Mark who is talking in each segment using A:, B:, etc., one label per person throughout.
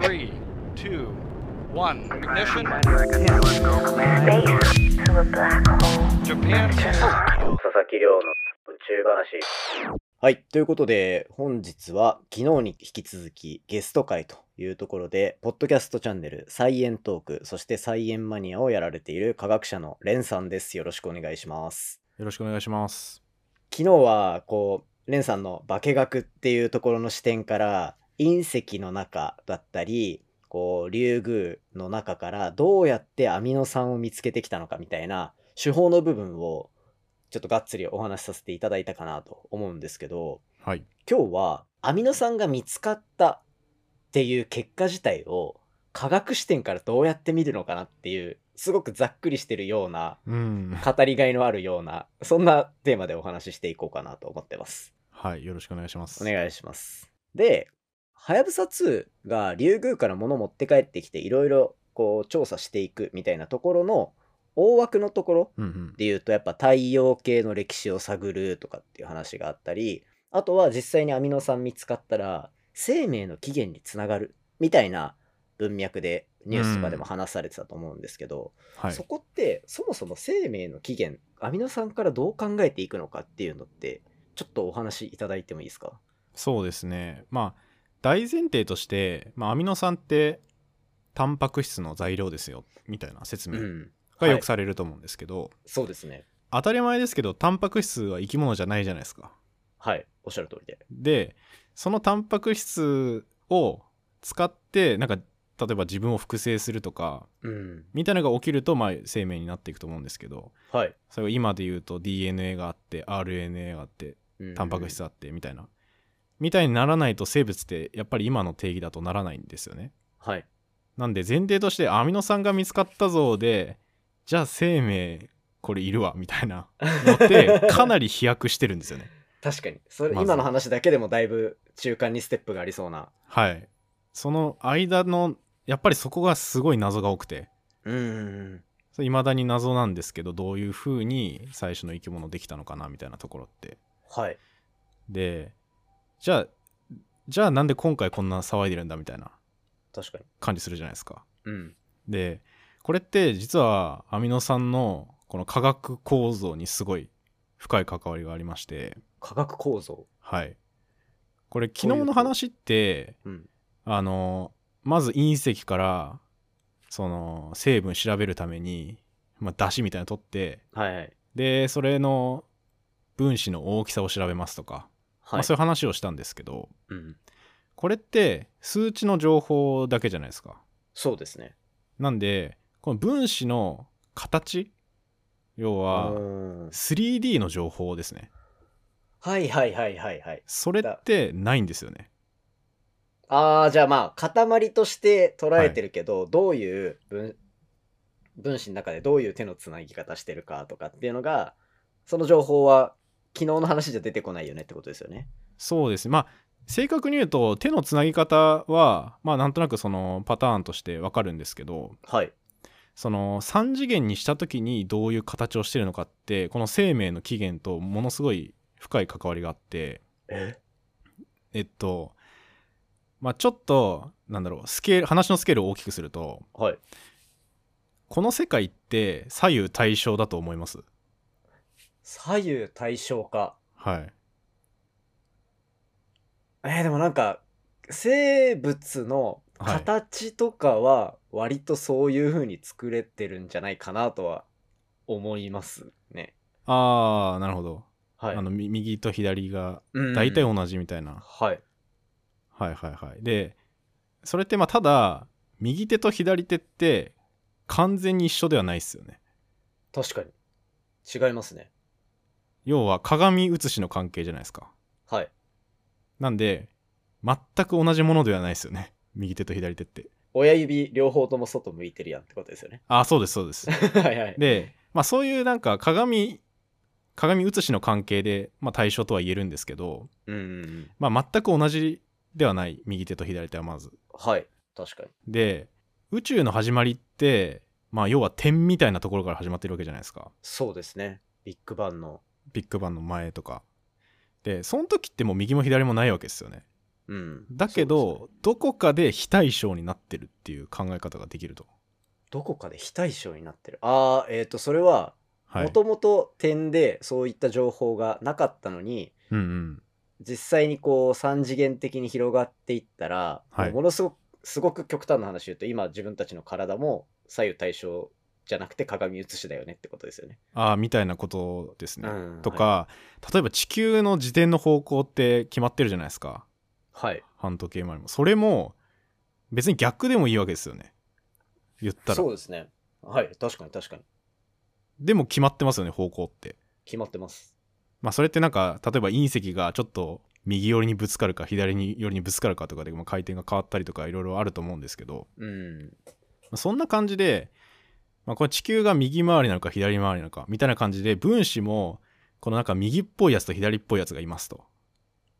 A: three, two, one. Ignition.
B: Space to a black hole.
A: Japan.
C: 佐々木亮の宇宙話。
D: はい。ということで、本日は昨日に引き続きゲスト会というところで、ポッドキャストチャンネル、サイエントーク、そしてサイエンマニアをやられている科学者のレンさんです。よろしくお願いします。
E: よろしくお願いします。
D: 昨日は、こう、レンさんの化学っていうところの視点から、隕石の中だったり、こう、リュウグウの中からどうやってアミノ酸を見つけてきたのかみたいな手法の部分をちょっとがっつりお話しさせていただいたかなと思うんですけど、
E: はい。
D: 今日はアミノ酸が見つかったっていう結果自体を科学視点からどうやって見るのかなっていうすごくざっくりしてるような
E: うん。
D: 語りがいのあるようなそんなテーマでお話ししていこうかなと思ってます。
E: はい。よろしくお願いします。
D: お願いします。で、はやぶさ2がリュウグウから物持って帰ってきていろいろこう調査していくみたいなところの大枠のところ
E: うんうん。
D: で言うとやっぱ太陽系の歴史を探るとかっていう話があったりあとは実際にアミノ酸見つかったら生命の起源につながるみたいな文脈でニュースとかでも話されてたと思うんですけど、
E: はい
D: そ。こってそもそも生命の起源アミノ酸からどう考えていくのかっていうのってちょっとお話いただいてもいいですか
E: そうですね。まあ、大前提として、まあ、アミノ酸って、タンパク質の材料ですよ、みたいな説
D: う
E: 明
D: ん
E: がよくされると思うんですけど、
D: そうですね
E: 当たり前ですけど、タンパク質は生き物じゃないじゃないですか。
D: はいおっしゃる通りで
E: で、そのタンパク質を使って、なんか、例えば自分を複製するとか、
D: うん
E: みたいなのが起きると、まあ、生命になっていくと思うんですけど、
D: はい、
E: それは今で言うと DNA があって、RNA があって、
D: うん
E: タンパク質あってみたいな、みたいにならないと生物ってやっぱり今の定義だとならないんですよね
D: はい
E: なんで前提としてアミノ酸が見つかったぞでじゃあ生命これいるわみたいなの ってかなり飛躍してるんですよね
D: 確かにそれ、
E: まず
D: 今の話だけでもだいぶ中間にステップがありそうな
E: はいその間のやっぱりそこがすごい謎が多くて
D: うん
E: いまだに謎なんですけどどういう風に最初の生き物できたのかなみたいなところって
D: はい
E: でじゃあじゃあなんで今回こんな騒いでるんだみたいな
D: 確かに
E: 感じするじゃないですか
D: うん
E: でこれって実はアミノ酸のこの化学構造にすごい深い関わりがありまして
D: 化学構造
E: はいこれ昨日の話って
D: うん
E: あのまず隕石からその成分調べるために、まあ、出汁みたいなの取って
D: はいはい
E: でそれの分子の大きさを調べますとか、
D: は
E: まあ、そういう話をしたんですけど
D: うん、
E: これって数値の情報だけじゃないですか
D: そうですね
E: なんでこの分子の形要は
D: うーん
E: 3D の情報ですね
D: はいはいはいはいはい
E: それってないんですよね
D: ああじゃあまあ塊として捉えてるけど、どういう分分子の中でどういう手のつなぎ方してるかとかっていうのがその情報は昨日の話じゃ出てこないよねってことですよね
E: そうですねまあ正確に言うと手のつなぎ方はまあなんとなくそのパターンとしてわかるんですけど
D: はい
E: その3次元にした時にどういう形をしてるのかってこの生命の起源とものすごい深い関わりがあって
D: え
E: えっとまあちょっとなんだろうスケール話のスケールを大きくすると
D: はい
E: この世界って左右対称だと思います
D: 左右対称か
E: はい
D: えー、でもなんか生物の
E: はい
D: 形とかは割とそういう風に作れてるんじゃないかなとは思いますね。
E: ああなるほど
D: はい。
E: あのみ右と左が
D: うん
E: 大体同じみたいな、
D: はい。
E: はいはいはいでそれってまあただ右手と左手って完全に一緒ではないですよね
D: 確かに。違いますね。
E: 要は鏡写しの関係じゃないですか
D: はい。
E: なんで全く同じものではないですよね 右手と左手って
D: 親指両方とも外向いてるやんってことですよ ね。
E: ああそうですそうで す
D: はいはい。
E: でまあそういうなんか鏡鏡写しの関係で、まあ、対象とは言えるんですけど、
D: うんうんうん。
E: まあ、全く同じではない右手と左手はまず
D: はい。確かに。
E: で宇宙の始まりってまあ要は点みたいなところから始まってるわけじゃないですか
D: そうですね。ビッグバンの。
E: ビッグバンの前とかでその時ってもう右も左もないわけですよね
D: うん。
E: だけ
D: そうですね
E: ど、どこかで非対称になってるっていう考え方ができると。
D: どこかで非対称になってる。ああ、えっ、と、それは、
E: はい。
D: もともと点でそういった情報がなかったのに、
E: うんうん。
D: 実際にこう三次元的に広がっていったら、
E: はい
D: ものすごくすごく極端な話言うと今自分たちの体も左右対称じゃなくて鏡写しだよねってことですよね。
E: ああみたいなことですね。
D: うん
E: とか、例えば地球の自転の方向って決まってるじゃないですか
D: はい。
E: 半時計回りもそれも別に逆でもいいわけですよね言ったら
D: そうですね。はい。確かに確かに。
E: でも決まってますよね方向って
D: 決まってます。
E: まあそれってなんか例えば隕石がちょっと右寄りにぶつかるか左に寄りにぶつかるかとかで、まあ、回転が変わったりとかいろいろあると思うんですけど、
D: うん。
E: まあそんな感じで、まあ、これ地球が右回りなのか左回りなのかみたいな感じで分子もこのなんか右っぽいやつと左っぽいやつがいますと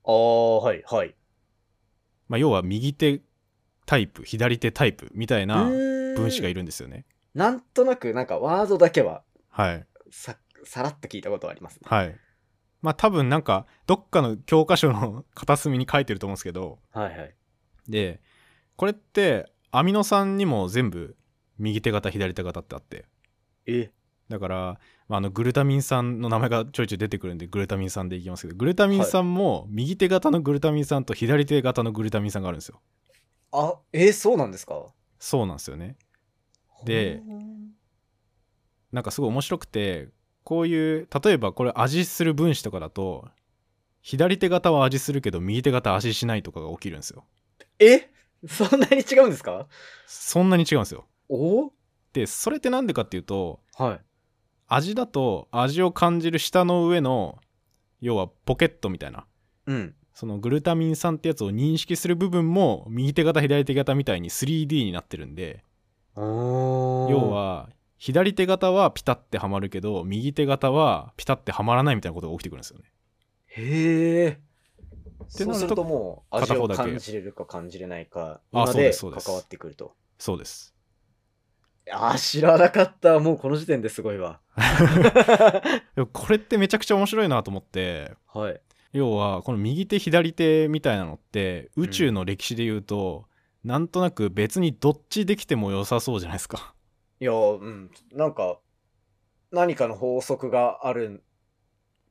D: ああ、はいはい。
E: まあ、要は右手タイプ左手タイプみたいな分
D: 分
E: 子がいるんですよね。
D: なんとなくなんかワードだけは
E: はい
D: ささらっと聞いたことはありますね。
E: はい。まあ多分なんかどっかの教科書の片隅に書いてると思うんですけど
D: はいはい。
E: でこれってアミノ酸にも全部右手型左手型ってあって
D: え
E: だから、まあ、あのグルタミン酸の名前がちょいちょい出てくるんでグルタミン酸でいきますけどグルタミン酸も右手型のグルタミン酸と左手型のグルタミン酸があるんですよ。
D: あ、えーそうなんですか
E: そうなんですよね。で
D: ほー
E: なんかすごい面白くてこういう例えばこれ味する分子とかだと左手型は味するけど右手型は味しないとかが起きるんですよ
D: えそんなに違うんですか
E: そんなに違うんですよ
D: お
E: でそれってなんでかっていうと
D: はい。
E: 味だと味を感じる下の上の要はポケットみたいな
D: うん。
E: そのグルタミン酸ってやつを認識する部分も右手型左手型みたいに 3D になってるんで要
D: 要
E: は左手型はピタってはまるけど右手型はピタってはまらないみたいなことが起きてくるんですよね
D: へえ
E: て
D: そ
E: なると
D: うするともう味
E: 片
D: を
E: 方だけ
D: 感じれるか感じれないかま
E: あそうで
D: です
E: そうです
D: 関わってくると
E: そうです
D: あー知らなかったもうこの時点ですごい わは
E: でもこれってめちゃくちゃ面白いなと思って
D: い
E: 要はこの右手左手みたいなのって宇宙の歴史で言うと、なんとなく別にどっちできても良さそうじゃないですか
D: いやーうんなんか何かの法則がある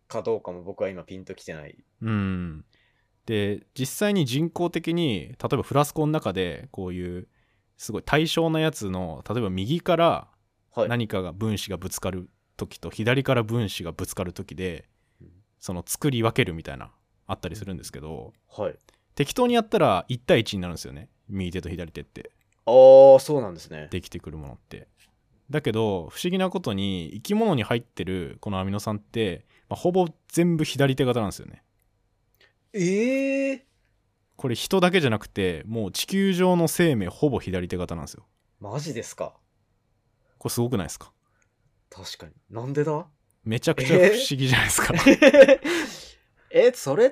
D: かどうかも僕は今ピンときてない
E: うんで実際に人工的に例えばフラスコの中でこういうすごい対称なやつの例えば右から
D: はい
E: 何かが分子がぶつかる時と左から分子がぶつかる時で
D: うん
E: その作り分けるみたいなあったりするんですけど
D: はい
E: 適当にやったら1対1になるんですよね右手と左手って
D: ああそうなんですね
E: できてくるものってだけど不思議なことに生き物に入ってるこのアミノ酸って、まあほぼ全部左手型なんですよね
D: ええ
E: これ人だけじゃなくてもう地球上の生命ほぼ左手型なんですよ
D: マジですか
E: これすごくないですか
D: 確かになんで だ
E: めちゃくちゃ不思議じゃな いですか、
D: えそれっ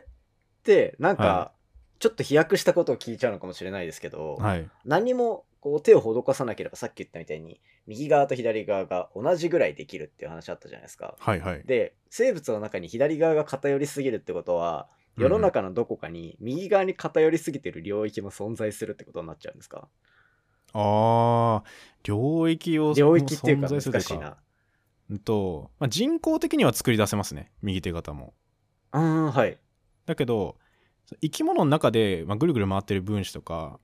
D: てなんか、
E: は
D: ちょっと飛躍したことを聞いちゃうのかもしれないですけど、
E: はい
D: 何にもこう手を施さなければさっき言ったみたいに右側と左側が同じぐらいできるっていう話あったじゃないですか。
E: はいはい
D: で生物の中に左側が偏りすぎるってことは世の中のどこかに右側に偏りすぎてる領域も存在するってことになっちゃうんですか
E: あー領域を
D: 領域っていうか難
E: 存在
D: し
E: する
D: いな。
E: うんと、まあ、人工的には作り出せますね右手型も
D: うーんはい。
E: だけど生き物の中で、まあ、ぐるぐる回ってる分子とか、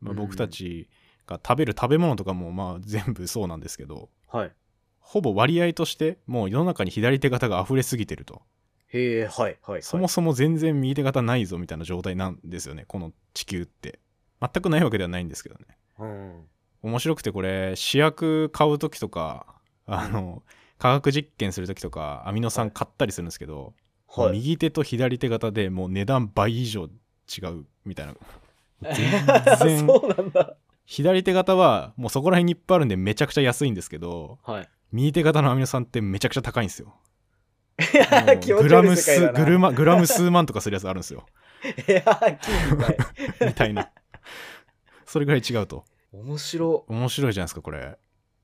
E: まあ、
D: うん
E: 僕たちが食べる食べ物とかもまあ全部そうなんですけど
D: はい。
E: ほぼ割合としてもう世の中に左手型が溢れすぎてると
D: へえはいはい、はい。
E: そもそも全然右手型ないぞみたいな状態なんですよねこの地球って全くないわけではないんですけどね
D: うん
E: 面白くてこれ試薬買う時とかあの科学実験する時とかアミノ酸買ったりするんですけど、
D: はい、
E: 右手と左手型でもう値段倍以上違うみたいな全然
D: そうなんだ。
E: 左手型はもうそこら辺にいっぱいあるんでめちゃくちゃ安いんですけど
D: はい。
E: 右手型のアミノ酸ってめちゃくちゃ高いんですよ
D: や 気持ち悪い
E: グラム
D: 世界だ
E: 数
D: な
E: グルマグラム数万とかするやつあるんですよ
D: いやー気 分がいい
E: みたいなそれぐらい違うと
D: 面白。
E: 面白いじゃないですかこれ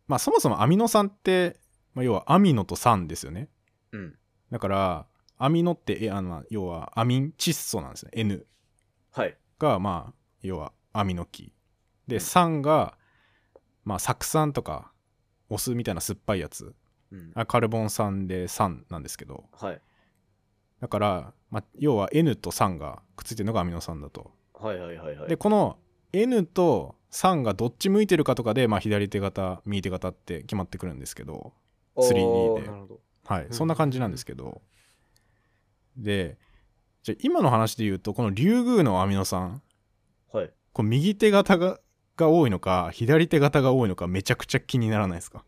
E: まあそもそもアミノ酸って、まあ、要はアミノと酸ですよね
D: うん。
E: だからアミノってえあのまあ要はアミン窒素なんですね N
D: はい。
E: がまあ要はアミノ基で酸がまあ酢酸とかお酢みたいな酸っぱいやつ
D: うん
E: あカルボン酸で酸なんですけど
D: はい
E: だから、まあ、要は N と酸がくっついてるのがアミノ酸だと。
D: はいはいはいはい
E: でこの N と酸がどっち向いてるかとかで、まあ、左手型右手型って決まってくるんですけど、3D
D: おー
E: で
D: なるほど
E: はい、
D: ん
E: そんな感じなんですけどでじゃあ今の話で言うとこのリュウグウのアミノ酸
D: はい
E: こう右手型がが多いのか左手型が多いのかめちゃくちゃ気にならないですか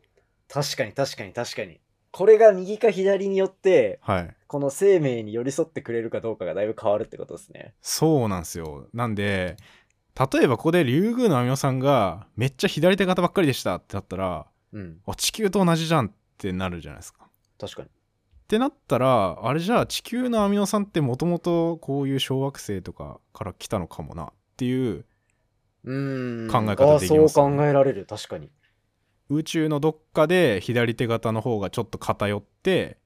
D: 確かに確かに確かにこれが右か左によって
E: はい
D: この生命に寄り添ってくれるかどうかがだいぶ変わるってことですね
E: そうなんですよなんで例えばここでリュウグウのアミノ酸がめっちゃ左手型ばっかりでしたってなったら
D: うん
E: あ地球と同じじゃんってなるじゃないですか
D: 確かに
E: ってなったらあれじゃあ地球のアミノ酸ってもともとこういう小惑星とかから来たのかもなっていう
D: うーん
E: 考え方できますね
D: あーそう考えられる確かに
E: 宇宙のどっかで左手型の方がちょっと偏って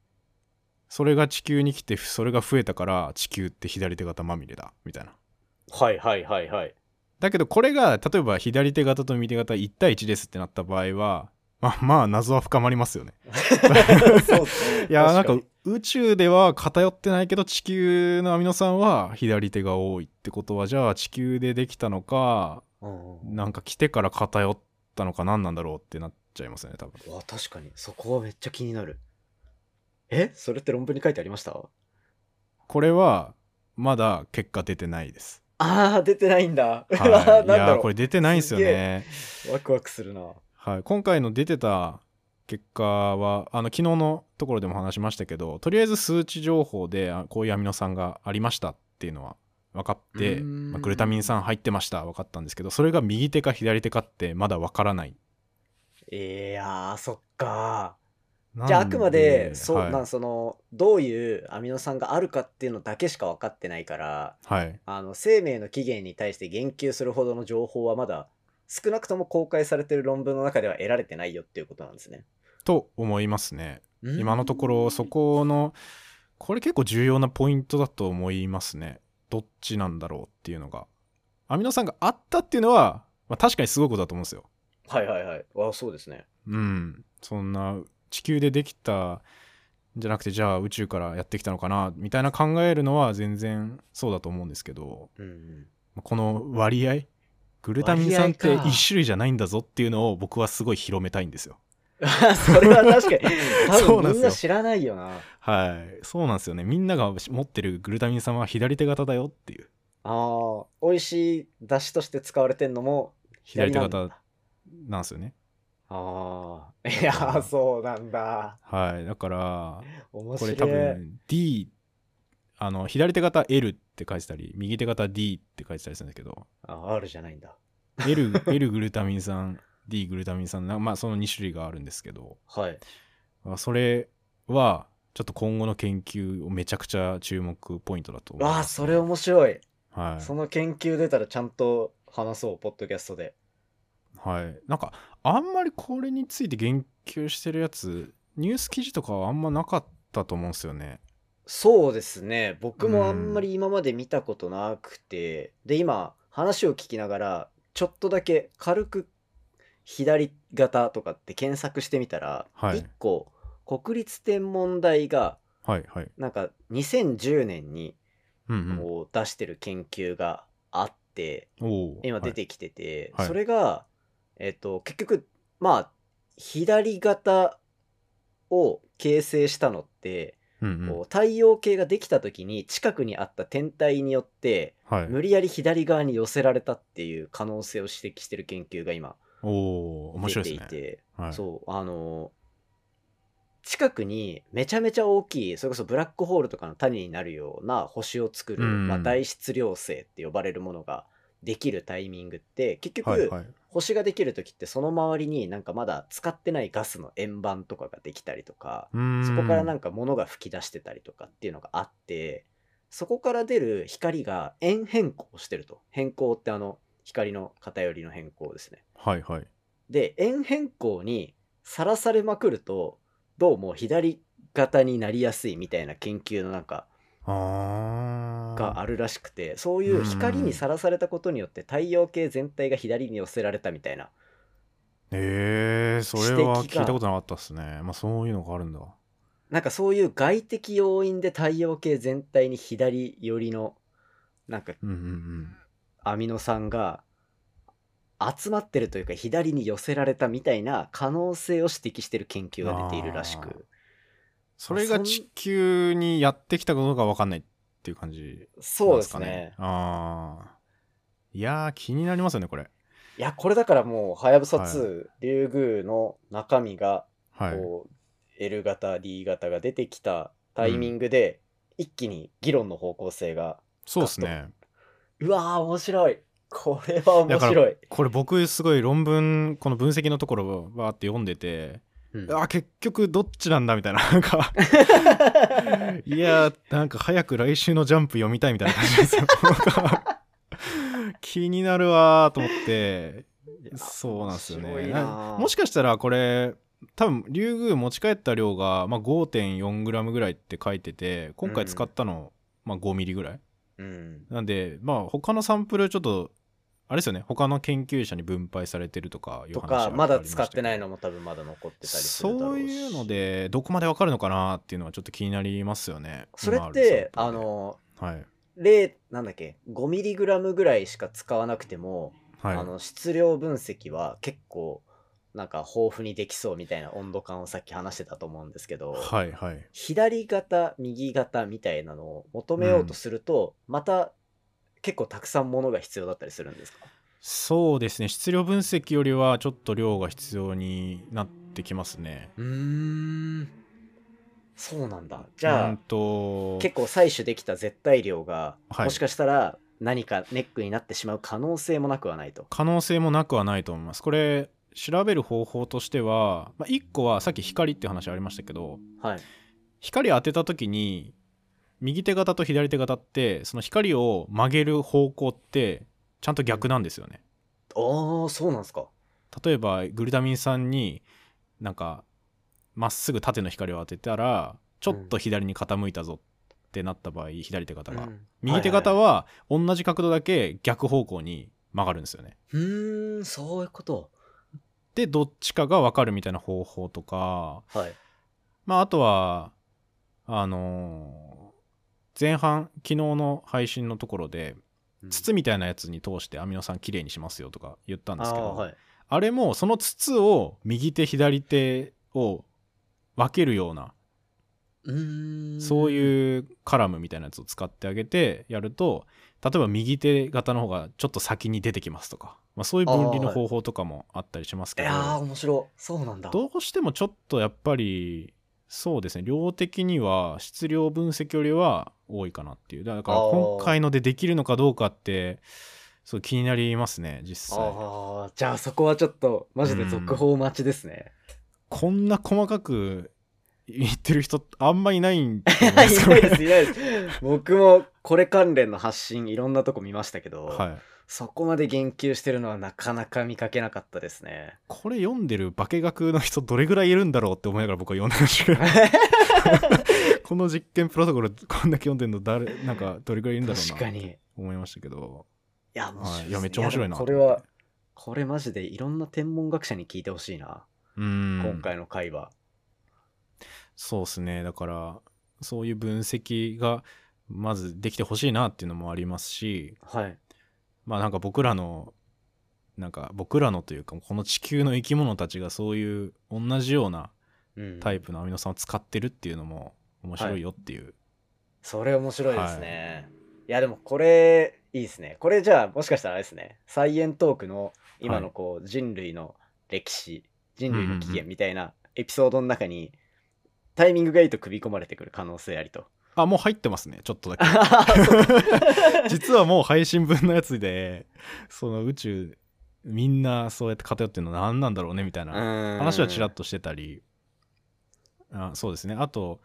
E: それが地球に来てそれが増えたから地球って左手型まみれだみたいな。
D: はいはいはいはい
E: だけどこれが例えば左手型と右手型1対1ですってなった場合はまあまあ謎は深まりますよね。
D: そうっすね
E: いやーなん
D: 確
E: か
D: に
E: 宇宙では偏ってないけど地球のアミノ酸は左手が多いってことはじゃあ地球でできたのか
D: うんうん
E: なんか来てから偏ったのか何なんだろうってなっちゃいますよね多分
D: うわ確かにそこはめっちゃ気になるえそれって論文に書いてありました
E: これはまだ結果出てな いです、
D: あー出てないんだ、
E: は
D: うわー な
E: い、い
D: んだ
E: やー
D: ろ
E: これ
D: う
E: 出てないんですよね
D: ワクワクするな
E: はい、今回の出てた結果はあの昨日のところでも話しましたけどとりあえず数値情報であこういうアミノ酸がありましたっていうのは分かって、
D: うーん
E: まあグルタミン酸入ってました分かったんですけどそれが右手か左手かってまだ分からない
D: いやーそっか
E: なん
D: じゃああくまでそう、
E: はい
D: なんそのどういうアミノ酸があるかっていうのだけしか分かってないから
E: はい
D: あの生命の起源に対して言及するほどの情報はまだ少なくとも公開されてる論文の中では得られてないよっていうことなんですね。
E: と思いますね
D: うん
E: 今のところそこのこれ結構重要なポイントだと思いますねどっちなんだろうっていうのがアミノ酸があったっていうのは、まあ、確かにすごいことだと思うんですよ
D: はいはいはい。あそうですね。
E: うんそんな地球でできたんじゃなくてじゃあ宇宙からやってきたのかなみたいな考えるのは全然そうだと思うんですけど
D: うんうん、
E: この割合グルタミン酸って
D: 割合か
E: 1種類じゃないんだぞっていうのを僕はすごい広めたいんですよ
D: それは確かに
E: そ
D: 多
E: うな
D: 分
E: んですよ
D: みんな知らないよな。
E: はいそうなんですよねみんなが持ってるグルタミン酸は左手型だよっていう
D: ああ美味しい出汁として使われてんのも
E: 左手
D: なんだ
E: 型なんですよね
D: ああいやーそうなんだ。
E: はいだから
D: 面
E: こ
D: 白い。
E: れ多分 D あの左手型 L って書いてたり右手型 D って書いてたりするんですけど
D: あ R じゃないんだ。
E: L, L グルタミン酸 D グルタミン酸なまあその2種類があるんですけど
D: はい。
E: まあそれはちょっと今後の研究をめちゃくちゃ注目ポイントだと思い
D: わ
E: ま
D: あ
E: す、
D: それ面白い。
E: はい
D: その研究出たらちゃんと話そう、ポッドキャストで。
E: はい、なんかあんまりこれについて言及してるやつニュース記事とかはあんまなかったと思うんですよね
D: そうですね。僕もあんまり今まで見たことなくて、で、今、話を聞きながら、ちょっとだけ軽く左型とかって検索してみたら、
E: はい
D: 1個、国立天文台が、
E: はいはい
D: なんか2010年に
E: うんうん
D: こう出してる研究があって、
E: おー
D: 今
E: はい
D: 出てきてて、
E: はい
D: それが、えっと、結局まあ左型を形成したのって、
E: うんうん
D: こう太陽系ができた時に近くにあった天体によって
E: はい
D: 無理やり左側に寄せられたっていう可能性を指摘してる研究が今
E: おおー面
D: 出
E: 白
D: て
E: い
D: い
E: です
D: て、
E: ねはい
D: そうあの近くにめちゃめちゃ大きいそれこそブラックホールとかの種になるような星を作る、
E: うん
D: まあ、大質量星って呼ばれるものができるタイミングって結局、
E: はいはい
D: 星ができる時ってその周りになんかまだ使ってないガスの円盤とかができたりとか、
E: うーん
D: そこからなん
E: か
D: か物が吹き出してたりとかっていうのがあってそこから出る光が円変更してると変更ってあの光の偏りの変更ですね
E: はいはい
D: で円変更にさらされまくるとどうも左肩になりやすいみたいな研究のなんか
E: あー
D: があるらしくて、そういう光にさらされたことによって太陽系全体が左に寄せられたみたいな
E: えー、それは
D: 指摘が
E: 聞いたことなかったですね。まあそういうのがあるんだ。
D: なんかそういう外的要因で太陽系全体に左寄りのなんか
E: うんうんうん。
D: アミノ酸が集まってるというか左に寄せられたみたいな可能性を指摘してる研究が出ているらし
E: あー
D: く
E: それが地球にやってきたことが分かんないっていう感じ
D: そうで
E: なん
D: すね
E: ああ。いやー、気になりますよね、これ。
D: いやこれだからもうはやぶさ2、
E: は
D: リュウグウの中身が
E: はい。
D: こう L 型 D 型が出てきたタイミングで一気に議論の方向性が、
E: そうですね。
D: うわー面白いこれは面
E: だ
D: 白い、
E: これ僕すごい論文、この分析のところをバーって読んでて、
D: うん
E: あー、結局どっちなんだみたいな、なんか、 いやー、なんか早く来週のジャンプ読みたいみたいな感じですよ。 気になるわーと思って、そうなんですよ
D: 面白
E: ね。
D: いな
E: なもしかしたらこれ多分リュウグウ持ち帰った量が、まあ、5.4g ぐらいって書いてて今回使ったの、まあ、5mm ぐらい
D: うん
E: なんでまあ他のサンプルちょっとあれですよね他の研究者に分配されてるとか いう
D: と
E: 話があ
D: か
E: り
D: まだ
E: したけど
D: 使ってないのも多分まだ残ってたりするだろ
E: そうう
D: し
E: いうのでどこまでわかるのかなっていうのはちょっと気になりますよね
D: それっ
E: 今るサンプル
D: て
E: で
D: あの
E: はい
D: 0なんだっけ 5mg ぐらいしか使わなくても、
E: はい
D: あの質量分析は結構なんか豊富にできそうみたいな温度感をさっき話してたと思うんですけど、
E: はいはい
D: 左型右型みたいなのを求めようとすると、また結構たくさんものが必要だったりするんですか
E: そうですね質量分析よりはちょっと量が必要になってきますね
D: うーんそうなんだじゃあ、
E: うんと
D: 結構採取できた絶対量が、
E: はい
D: もしかしたら何かネックになってしまう可能性もなくはないと。
E: 可能性もなくはないと思いますこれ調べる方法としては、まあ、1個はさっき光って話ありましたけど
D: はい、
E: 光当てた時に右手型と左手型ってその光を曲げる方向ってちゃんと逆なんですよね
D: ああそうなんですか。
E: 例えばグルタミン酸になんかまっすぐ縦の光を当てたらちょっと左に傾いたぞってなった場合、左手型が、
D: うん
E: 右手型
D: はい
E: は同じ角度だけ逆方向に曲がるんですよね
D: はいはいうーんそういうこと。
E: でどっちかが分かるみたいな方法とか
D: はい。
E: まああとはあのー前半昨日の配信のところで筒みたいなやつに通してアミノ酸きれいにしますよとか言ったんですけどあ,、
D: あーはい。
E: れもその筒を右手左手を分けるような
D: うーん
E: そう
D: う。
E: いうカラムみたいなやつを使ってあげてやると例えば右手型の方がちょっと先に出てきますとか、まあ、そういう分離の方法とかもあったりします
D: い
E: けど、
D: やー面白い。そうなんだ。
E: どうしてもちょっとやっぱりそうですね量的には質量分析よりは多いかなっていうだから
D: あー
E: 今回のでできるのかどうかってそう気になりますね実際
D: ああじゃあそこはちょっとマジで続報待ちです ね。
E: こんな細かく言ってる人あんまいないんじゃ
D: い
E: な
D: ないい
E: ですかね
D: ですいないです。僕もこれ関連の発信いろんなとこ見ましたけど、
E: はい
D: そこまで言及してるのはなかなか見かけなかったですね。
E: これ読んでる化学の人どれぐらいいるんだろうって思いながら僕は読んでましたけどこの実験プロトコルこんだけ読んでるの誰なんかどれぐらいいるんだろうな
D: 確かに。い
E: と思いましたけど、
D: や、面白い
E: は
D: す
E: い、
D: ね
E: いやめっちゃ面白いな
D: や
E: と
D: こ
E: 思って
D: れは、これマジでいろんな天文学者に聞いてほしいな、
E: うん
D: 今回の会話。
E: そうですねだからそういう分析がまずできてほしいなっていうのもありますし
D: はい。
E: まあなんか僕らのなんか僕らのというかこの地球の生き物たちがそういう同じような
D: うん、
E: タイプのアミノ酸を使ってるっていうのも面白いよっていう、
D: それ面白いですね。い、や、でもこれ、いいですね。これじゃあ、もしかしたらあれですね、サイエントークの今のこう、人類の歴史、人類の起源みたいなエピソードの中に、タイミングがいいと組み込まれてくる可能性あり と。
E: あもう入ってますねちょっとだけ
D: あー そう
E: 実はもう配信分のやつでその宇宙みんなそうやって偏ってるの何なんだろうねみたいな話はちらっとしてたりあそうですねあと、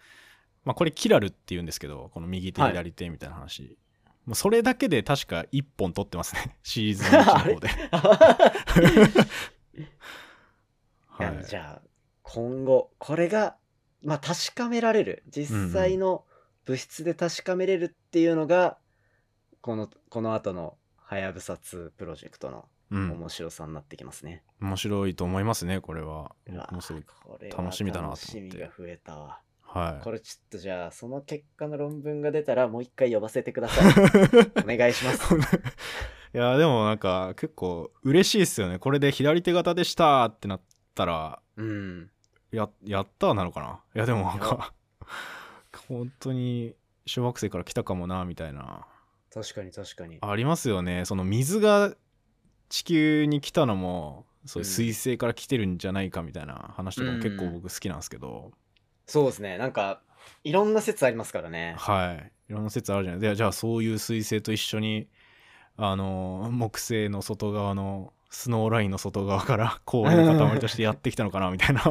E: まあ、これキラルって言うんですけどこの右手
D: はい
E: 左手みたいな話、もうそれだけで確か1本撮ってますね シーズン1の方で、
D: い
E: は
D: や
E: い、
D: じゃあ今後これが、まあ、確かめられる実際の物質で確かめれるっていうのが、この、この後の、はやぶさ2プロジェクトの
E: うん
D: 面白さになってきますね。
E: 面白いと思いますねこれは
D: うわ
E: 僕もすごい
D: これは
E: 楽しみだなと思っ
D: 楽
E: て
D: しみが増えたわ。
E: は
D: こ
E: い
D: れちょっとじゃあ、その結果の論文が出たら、もう一回呼ばせてくださ い。お願いします。
E: いやでもなんか結構嬉しいですよねこれで左手型でしたってなったら
D: うん。
E: ややったーなのかないやでもなんか本当に小学生から来たかもなみたいな
D: 確かに確かに。
E: ありますよねその水が地球に来たのもそういう
D: うん
E: 水星から来てるんじゃないかみたいな話とかも結構
D: うん
E: 僕好きなんですけど、
D: そうですね。なんか、いろんな説ありますからね。
E: はいいろんな説あるじゃないですかじゃあそういう水星と一緒にあの木星の外側のスノーラインの外側 から氷の塊としてやってきたのかなみたいな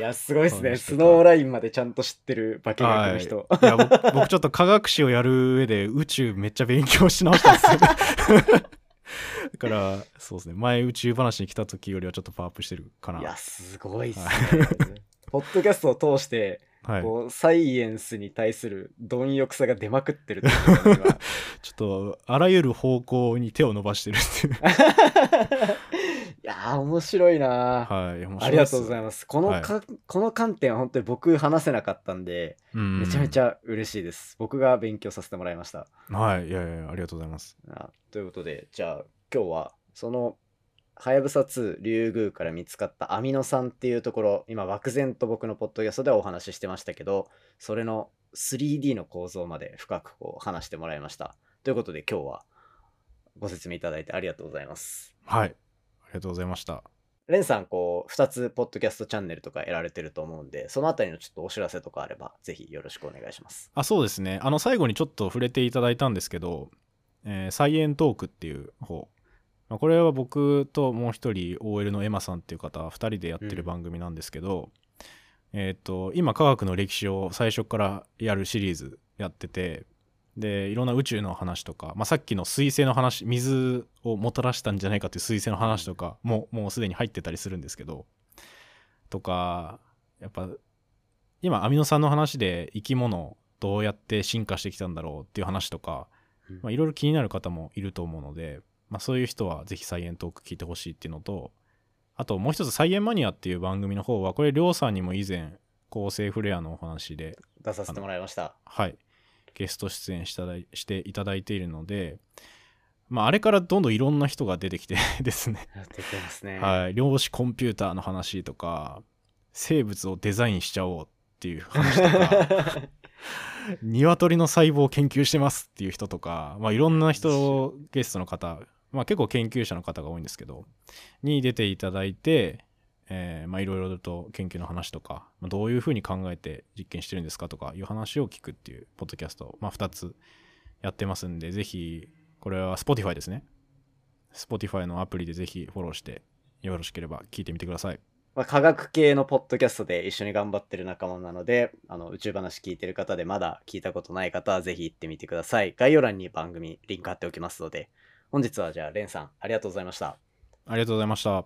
D: いや、すごいです
E: そうで
D: ね。
E: す
D: ス
E: ね
D: ノーラインまでちゃんと知ってる化け学の人。
E: いや僕僕ちょっと科学史をやる上で宇宙めっちゃ勉強し直したんですよね だからそうですね前宇宙話に来た時よりはちょっとパワーアップしてるかない
D: や、すごいっすね。ポッドキャストを通して、
E: はい、ちょ
D: こう、サイエンスに対する貪欲さが出まくってるってことですね 今
E: っとあらゆる方向に手を伸ばしてるっ ていう
D: いやー、面白いなー、
E: はい面白
D: ありがとうござい
E: ま
D: ます。このか、この観点は本当に僕話せなかったんで、
E: す、うん
D: めちゃめちゃ嬉しいです。僕が勉強させてもらいました。
E: はいいやいやありがとうございます
D: あということで、じゃあ今日はその、はやぶさ2、リュウグウから見つかったアミノ酸っていうところ、今漠然と僕のポッドキャストではお話ししてましたけど、それの 3D の構造まで深くこう話してもらいました。ということで今日はご説明いただいてありがとうございます。
E: はいありがとうございました
D: レンさん、こう、2つポッドキャストチャンネルとかやられてると思うんで、そのあたりのちょっとお知らせとかあれば、ぜひよろしくお願いします。
E: あそうですねあの最後にちょっと触れていただいたんですけど「えーサイエントーク」っていう方、まあ、これは僕ともう一人 OL のエマさんっていう方2人でやって
D: う
E: る
D: ん
E: 番組なんですけど、えーっと今科学の歴史を最初からやるシリーズやっててでいろんな宇宙の話とか、まあ、さっきの水星の話水をもたらしたんじゃないかっていう水星の話とかももうすでに入ってたりするんですけどとかやっぱ今アミノ酸の話で生き物どうやって進化してきたんだろうっていう話とか
D: うん
E: まあいろいろ気になる方もいると思うので、まあ、そういう人はぜひ「サイエントーク」聞いてほしいっていうのとあともう一つ「サイエンマニア」っていう番組の方はこれりょうさんにも以前構成フレアのお話で
D: 出させてもらいました。
E: はい、ゲスト出演しただいしていただいているので、まあ、あれからどんどんいろんな人が出てきて ですね、
D: やっていきますね。
E: はい、量子コンピューターの話とか生物をデザインしちゃおうっていう話とか鶏の細胞を研究してますっていう人とか、まあ、いろんな人をゲストの方、まあ、結構研究者の方が多いんですけどに出ていただいて、えーまあ、いろいろと研究の話とか、まあ、どういうふうに考えて実験してるんですかとかいう話を聞くっていうポッドキャストを、まあ、2つやってますんでぜひこれは Spotify ですね Spotify のアプリでぜひフォローしてよろしければ聞いてみてください
D: まあ、科学系のポッドキャストで一緒に頑張ってる仲間なので、あの宇宙話聞いてる方でまだ聞いたことない方はぜひ行ってみてください。概要欄に番組リンク貼っておきますので、本日はじゃあ、レンさんありがとうございました。
E: ありがとうございました